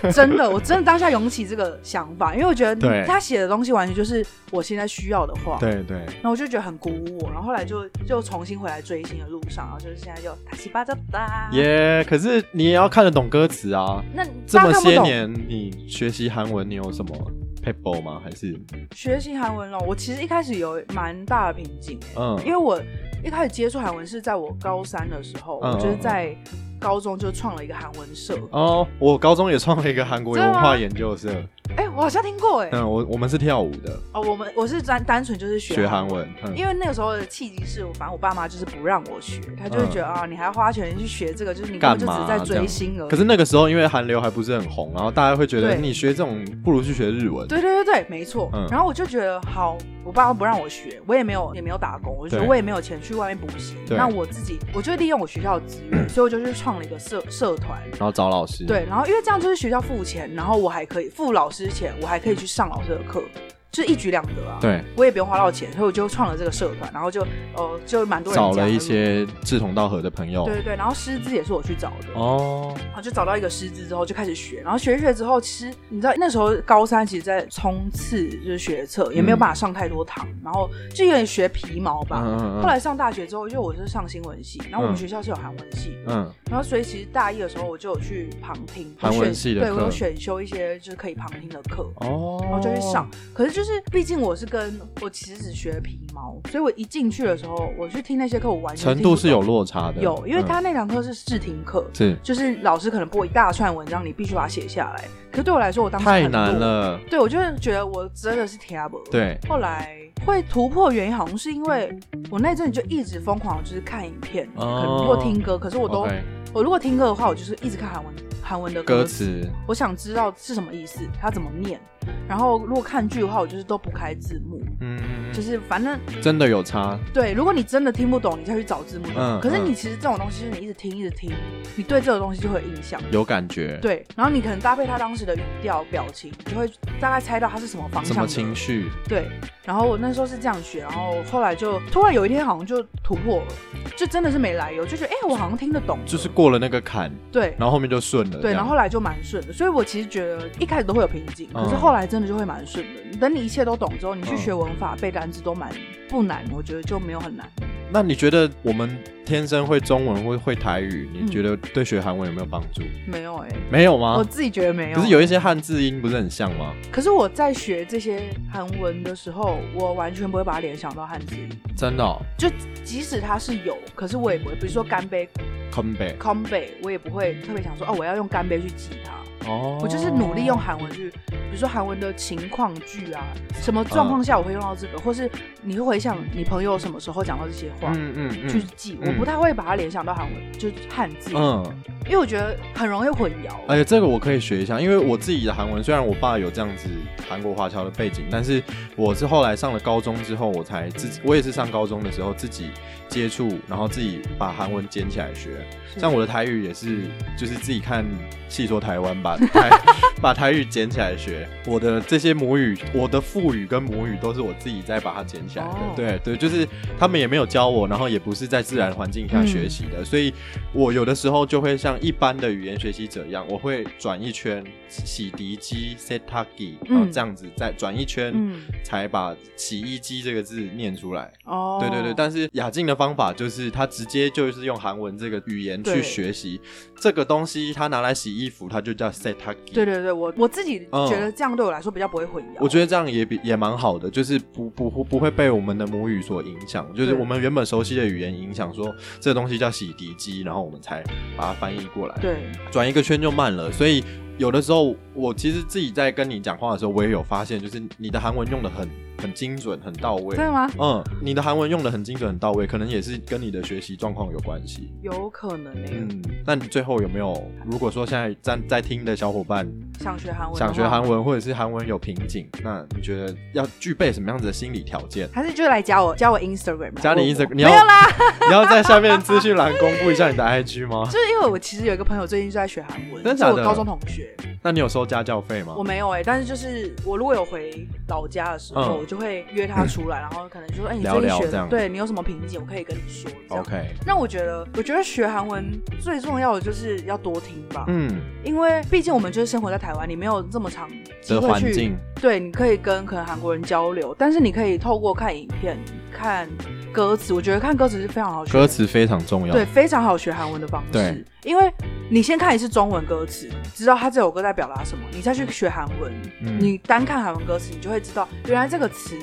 S2: 了。真的，我真的当下涌起这个想法，因为我觉
S1: 对
S2: 得他写的东西完全就是我现在需要的话。。
S1: 对对，
S2: 然后我就觉得很鼓舞我，然后后来就就重新回来追星的路上，然后就是现在就塔西巴扎达。
S1: 耶，可是你也要看得懂歌词啊。
S2: 那
S1: 这
S2: 大家
S1: 么
S2: 看不
S1: 些
S2: 懂
S1: 年，你学习韩文，你有什么 p e b l e 吗？还是
S2: 学习韩文了，哦我其实一开始有蛮大的瓶颈、欸，
S1: 嗯，
S2: 因为我一开始接触韩文是在我高三的时候，
S1: 嗯
S2: 我就是
S1: 嗯嗯
S2: 在高中就创了一个韩文社，
S1: 哦，我高中也创了一个韩国
S2: 真的
S1: 文
S2: 吗
S1: 化研究社，
S2: 哎、我好像听过哎、
S1: 嗯，我我们是跳舞的，
S2: 哦，我们我是单单纯就是学
S1: 学
S2: 韩
S1: 韩文，嗯，
S2: 因为那个时候的契机是，反正我爸妈就是不让我学，他就会觉得、啊，你还要花钱去学这个，就是你根
S1: 嗯干
S2: 本就只
S1: 嘛
S2: 是
S1: 这
S2: 在
S1: 样？
S2: 追星而已。
S1: 可是那个时候因为韩流还不是很红，然后大家会觉得
S2: 对
S1: 你学这种不如去学日文，
S2: 对对对对，没错。
S1: 嗯
S2: 然后我就觉得，好，我爸妈不让我学，我也没有也没有打工，我就觉
S1: 对
S2: 得我也没有钱去外面补习。
S1: 对
S2: 那我自己，我就利用我学校的资源，所以我就去创了一个社社团。
S1: 然后找老师，
S2: 对，然后因为这样就是学校付钱，然后我还可以付老师钱，我还可以去上老师的课，就是一举两得啊。
S1: 对，
S2: 我也不用花到钱，所以我就创了这个社团，然后就呃就蛮多人
S1: 找
S2: 加
S1: 了一
S2: 入
S1: 些志同道合的朋友。
S2: 对对对，然后师资也是我去找的，
S1: 哦，
S2: 然后就找到一个师资之后就开始学，然后学一学之后，其实你知道那时候高三其实在冲刺就是学测，也没有办法上太多堂，然后就有点学皮毛吧。
S1: 嗯嗯嗯
S2: 后来上大学之后，因为我是上新闻系，然后我们学校是有韩文系的，
S1: 嗯，
S2: 然后所以其实大一的时候我就有去旁听
S1: 韩文
S2: 我选
S1: 系的
S2: 对我
S1: 课
S2: 有选修一些就是可以旁听的课。
S1: 哦，
S2: 然后就去上，可是就是，毕竟我是跟我其实只学皮毛，所以我一进去的时候，我去听那些课，我完全
S1: 程
S2: 听
S1: 度
S2: 不
S1: 是有
S2: 懂
S1: 落差的，
S2: 有，因为
S1: 嗯
S2: 他那堂课是试听课，
S1: 是
S2: 就是老师可能播一大串文章，你必须把它写下来。可对我来说，我当时
S1: 太
S2: 很
S1: 难
S2: 弱。
S1: 了，
S2: 对，我就是觉得我真的是听不。，
S1: 对，
S2: 后来会突破原因，好像是因为我那阵就一直疯狂，就是看影片，
S1: 哦
S2: 可能或听歌。可是我都
S1: OK，
S2: 我如果听歌的话，我就是一直看韩文韩文的
S1: 歌
S2: 词，
S1: 词，
S2: 我想知道是什么意思，它怎么念。然后如果看剧的话，我就是都不开字幕，
S1: 嗯，
S2: 就是反正
S1: 真的有差，
S2: 对，如果你真的听不懂，你再去找字幕。
S1: 嗯
S2: 嗯，可是
S1: 嗯
S2: 你其实这种东西，就是你一直听一直听，你对这个东西就会有印象。
S1: 有感觉，，
S2: 对，然后你可能搭配他当时的语调、表情，你就会大概猜到他是什么方
S1: 什
S2: 向
S1: 么
S2: 的。
S1: 情绪？
S2: 对，然后我那时候是这样学，然后后来就突然有一天好像就突破了，就真的是没来由，就觉得哎、我好像听得懂了，
S1: 就是过了那个坎，
S2: 对
S1: 然后后面就顺了，
S2: 对，
S1: 这
S2: 然
S1: 样
S2: 后后来就蛮顺的。所以我其实觉得一开始都会有瓶颈，可是
S1: 嗯
S2: 后来真的就会蛮顺的。等你一切都懂之后，你去学文法、背单词都蛮不难，我觉得就没有很难。
S1: 那你觉得我们天生会中文或会台语，你
S2: 嗯
S1: 觉得对学韩文有没有帮助？
S2: 没有哎、
S1: 没有
S2: 我
S1: 吗？
S2: 自己觉得没有。
S1: 啊
S2: 欸
S1: 可是有一些汉字音不是很像吗？
S2: 可是我在学这些韩文的时候，我完全不会把它联想到汉字音。
S1: 真的哦，
S2: 就即使它是有，可是我也不会，比如说干杯、
S1: 坑北
S2: 康杯，我也不会特别想说哦，我要用干杯去记它。
S1: 哦，
S2: 我就是努力用韩文去比如说韩文的情况句啊，什么状况
S1: 嗯
S2: 下我会用到这个，或是你会回想你朋友什么时候讲到这些话。
S1: 嗯嗯
S2: 去
S1: 嗯
S2: 记，
S1: 嗯
S2: 我不太会把它联想到韩文，就是汉字，
S1: 嗯，
S2: 因为我觉得很容易混淆。
S1: 而且哎这个我可以学一下，因为我自己的韩文虽然我爸有这样子韩国华侨的背景，但是我是后来上了高中之后，我才自己，我也是上高中的时候自己接触，然后自己把韩文捡起来学。
S2: 是
S1: 像我的台语也是，就是自己看《戏说台湾》把台 把台语捡起来学。我的这些母语，我的父语跟母语都是我自己在把它捡起来的。
S2: 哦
S1: 对对，就是他们也没有教我，然后也不是在自然环境下学习的，所以我有的时候就会像一般的语言学习者一样，我会转一圈洗涤机 setaki，然后
S2: 嗯
S1: 这样子再转一圈。
S2: 嗯，
S1: 才把洗衣机这个字念出来，
S2: 哦，
S1: 对对对，但是雅静的方法就是他直接就是用韩文这个语言去
S2: 对
S1: 学习这个东西，他拿来洗衣服，他就叫 setaki。
S2: 对对对，我我自己
S1: 嗯
S2: 觉得这样对我来说比较不会混淆。
S1: 我觉得这样也比也蛮好的，就是不不不不会被我们的母语所影响，就是
S2: 对
S1: 我们原本熟悉的语言影响，说这东西叫洗涤机，然后我们才把它翻译过来。
S2: 对，
S1: 转一个圈就慢了，所以有的时候我其实自己在跟你讲话的时候，我也有发现，就是你的韩文用的很很精准，很到位
S2: 真。的吗？
S1: 嗯，你的韩文用的很精准、很到位，可能也是跟你的学习状况有关系。
S2: 有可能欸诶、
S1: 嗯，那你最后有没有？如果说现在在在听的小伙伴
S2: 想学韩文，
S1: 想学韩，文，或者是韩文有瓶颈，那你觉得要具备什么样子的心理条件？
S2: 还是就来加我加我 Instagram，来
S1: 加你
S2: 问我
S1: Instagram，你
S2: 没
S1: 要
S2: 有啦，
S1: 你要在下面资讯栏公布一下你的 IG 吗？
S2: 就是因为我其实有一个朋友最近就在学韩文，
S1: 真的
S2: 是
S1: 假的
S2: 我高中同学，
S1: 那你有收家教费吗
S2: 我？没有哎、但是就是我如果有回老家的时候，
S1: 嗯
S2: 我就会约他出来，然后可能就说，哎、你
S1: 聊
S2: 最近
S1: 聊
S2: 学
S1: 这样
S2: 的，对你有什么瓶颈，我可以跟你说。这样
S1: OK，
S2: 那我觉得，我觉得学韩文最重要的就是要多听吧，
S1: 嗯，
S2: 因为毕竟我们就是生活在台湾，你没有这么长机
S1: 的
S2: 会
S1: 环
S2: 去
S1: 境，
S2: 对，你可以跟可能韩国人交流，但是你可以透过看影片、看歌词，我觉得看歌词是非常好学
S1: 歌词非常重要。
S2: 对，非常好学韩文的方
S1: 对
S2: 式，因为你先看一次中文歌词，知道他这首歌在表达什么，你再去学韩文，
S1: 嗯
S2: 你单看韩文歌词，你就会知道原来这个词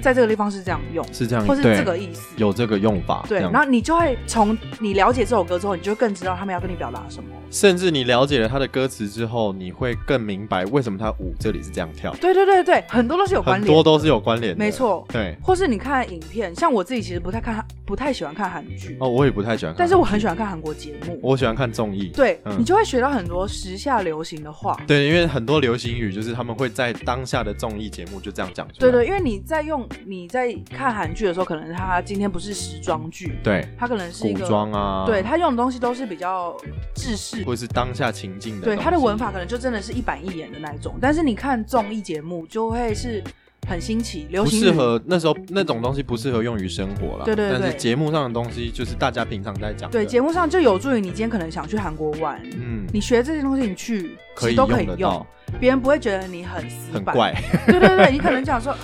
S2: 在这个地方是这样用，
S1: 是这样，
S2: 或是
S1: 嗯对
S2: 这个意思。
S1: 有这个用法。
S2: 对，
S1: 这样
S2: 然后你就会从你了解这首歌之后，你就更知道他们要跟你表达什么。
S1: 甚至你了解了他的歌词之后，你会更明白为什么他舞这里是这样跳，
S2: 对对对对，很多都是有关
S1: 很
S2: 联，
S1: 多都是有关联的。
S2: 没，错。
S1: 对。
S2: 或是你看影片，像我自己其实不太看，不太喜欢看韩剧，
S1: 哦，我也不太喜欢看，
S2: 但是我很喜欢看韩国节目。
S1: 我喜欢看综艺。
S2: 对、
S1: 嗯
S2: 你就会学到很多时下流行的话。
S1: 对，啊因为很多流行语就是他们会在当下的综艺节目就这样讲出来。
S2: 对对，因为你在用你在看韩剧的时候，可能他今天不是时装剧，
S1: 对
S2: 他可能是一
S1: 古
S2: 个，
S1: 装啊，
S2: 对他用的东西都是比较制式，
S1: 或是当下情境的东
S2: 对
S1: 西，
S2: 他的文法可能就真的是一板一眼的那一种。但是你看综艺节目就会是很新奇，流
S1: 不
S2: 行语
S1: 适，合那时候那种东西不适合用于生活啦。
S2: 对对对
S1: 但是节目上的东西就是大家平常在讲的。
S2: 对节目上就有助于你今天可能想去韩国玩，
S1: 嗯，
S2: 你学这些东西你去其
S1: 可以
S2: 实都可以
S1: 得
S2: 用
S1: 到，，
S2: 别人不会觉得你很死
S1: 很
S2: 板，
S1: 怪，
S2: 对对对，你可能讲说。呃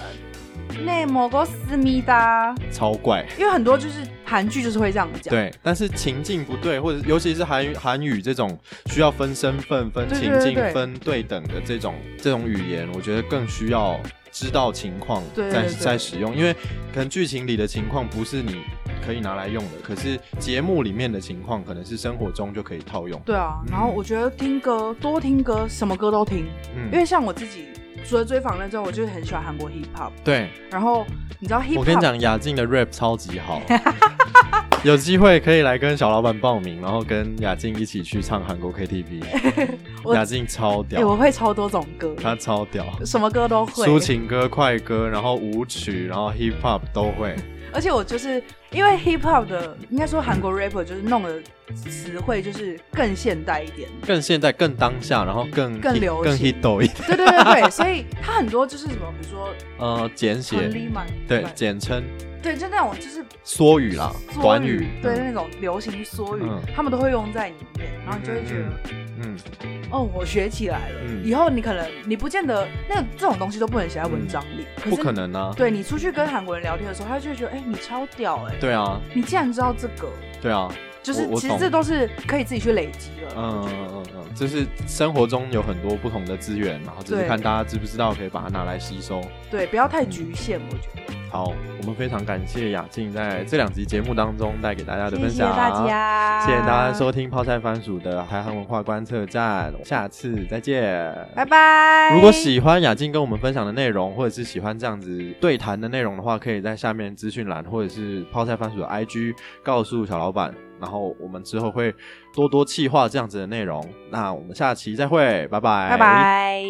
S2: 内某个思密达，
S1: 超怪。
S2: 因为很多就是韩剧就是会这样讲，
S1: 对，但是情境不对，或者尤其是韩语韩语这种需要分身份、分
S2: 对
S1: 情
S2: 对
S1: 境
S2: 对对、
S1: 分对等的这种这种语言，我觉得更需要知道情况
S2: 对
S1: 再
S2: 对对
S1: 再使用，因为可能剧情里的情况不是你可以拿来用的，可是节目里面的情况可能是生活中就可以套用。
S2: 对啊，
S1: 嗯
S2: 然后我觉得听歌多听歌，什么歌都听，
S1: 嗯，
S2: 因为像我自己除了追访那之后，我就很喜欢韩国 hip hop。
S1: 对，
S2: 然后你知道 hip hop，
S1: 我跟你讲，雅静的 rap 超级好。 有机会可以来跟小老板报名，然后跟雅静一起去唱韩国 KTV。
S2: 我
S1: 雅静超
S2: 哎我
S1: 屌，
S2: 会超多种歌，
S1: 她超屌。
S2: 什么歌都会。
S1: 抒情歌、快歌，然后舞曲，然后 hip hop 都会。
S2: 而且我就是因为 hip hop 的，应该说韩国 rapper 就是弄的词汇就是更现代一点，
S1: 更现代、更当下，然后更
S2: 更
S1: hit-
S2: 流行
S1: 更 hit 抖一 点。
S2: 对对对 对，所以他很多就是什么，比如说
S1: 呃，简
S2: 陈
S1: 写，
S2: 立满，
S1: 对，简称
S2: 对，就那种就是
S1: 缩语啦，
S2: 缩
S1: 短语，
S2: 对
S1: 嗯
S2: 那种流行缩语
S1: 嗯，
S2: 他们都会用在里面，然后你就会觉得。
S1: 嗯，
S2: 哦，我学起来了。
S1: 嗯
S2: 以后你可能你不见得那个这种东西都不能写在文章里，可是
S1: 不可。能啊。
S2: 对你出去跟韩国人聊天的时候，他就会觉得，哎、你超屌哎、
S1: 对啊，
S2: 你竟然知道这个，
S1: 对啊，
S2: 就是
S1: 我我
S2: 其实
S1: 懂
S2: 这都是可以自己去累积的。
S1: 嗯嗯嗯嗯，就是生活中有很多不同的资源，然后只是
S2: 对
S1: 看大家知不知道可以把它拿来吸收。
S2: 对，不要太局限，我觉得。
S1: 好，我们非常感谢雅静在这两集节目当中带给大家的分
S2: 谢谢
S1: 享，
S2: 大家，
S1: 谢谢大家，收听泡菜番薯的台韩文化观测站，下次再见，
S2: 拜拜。
S1: 如果喜欢雅静跟我们分享的内容，或者是喜欢这样子对谈的内容的话，可以在下面资讯栏或者是泡菜番薯的 IG 告诉小老板，然后我们之后会多多企划这样子的内容。那我们下期再会，拜拜，
S2: 拜拜。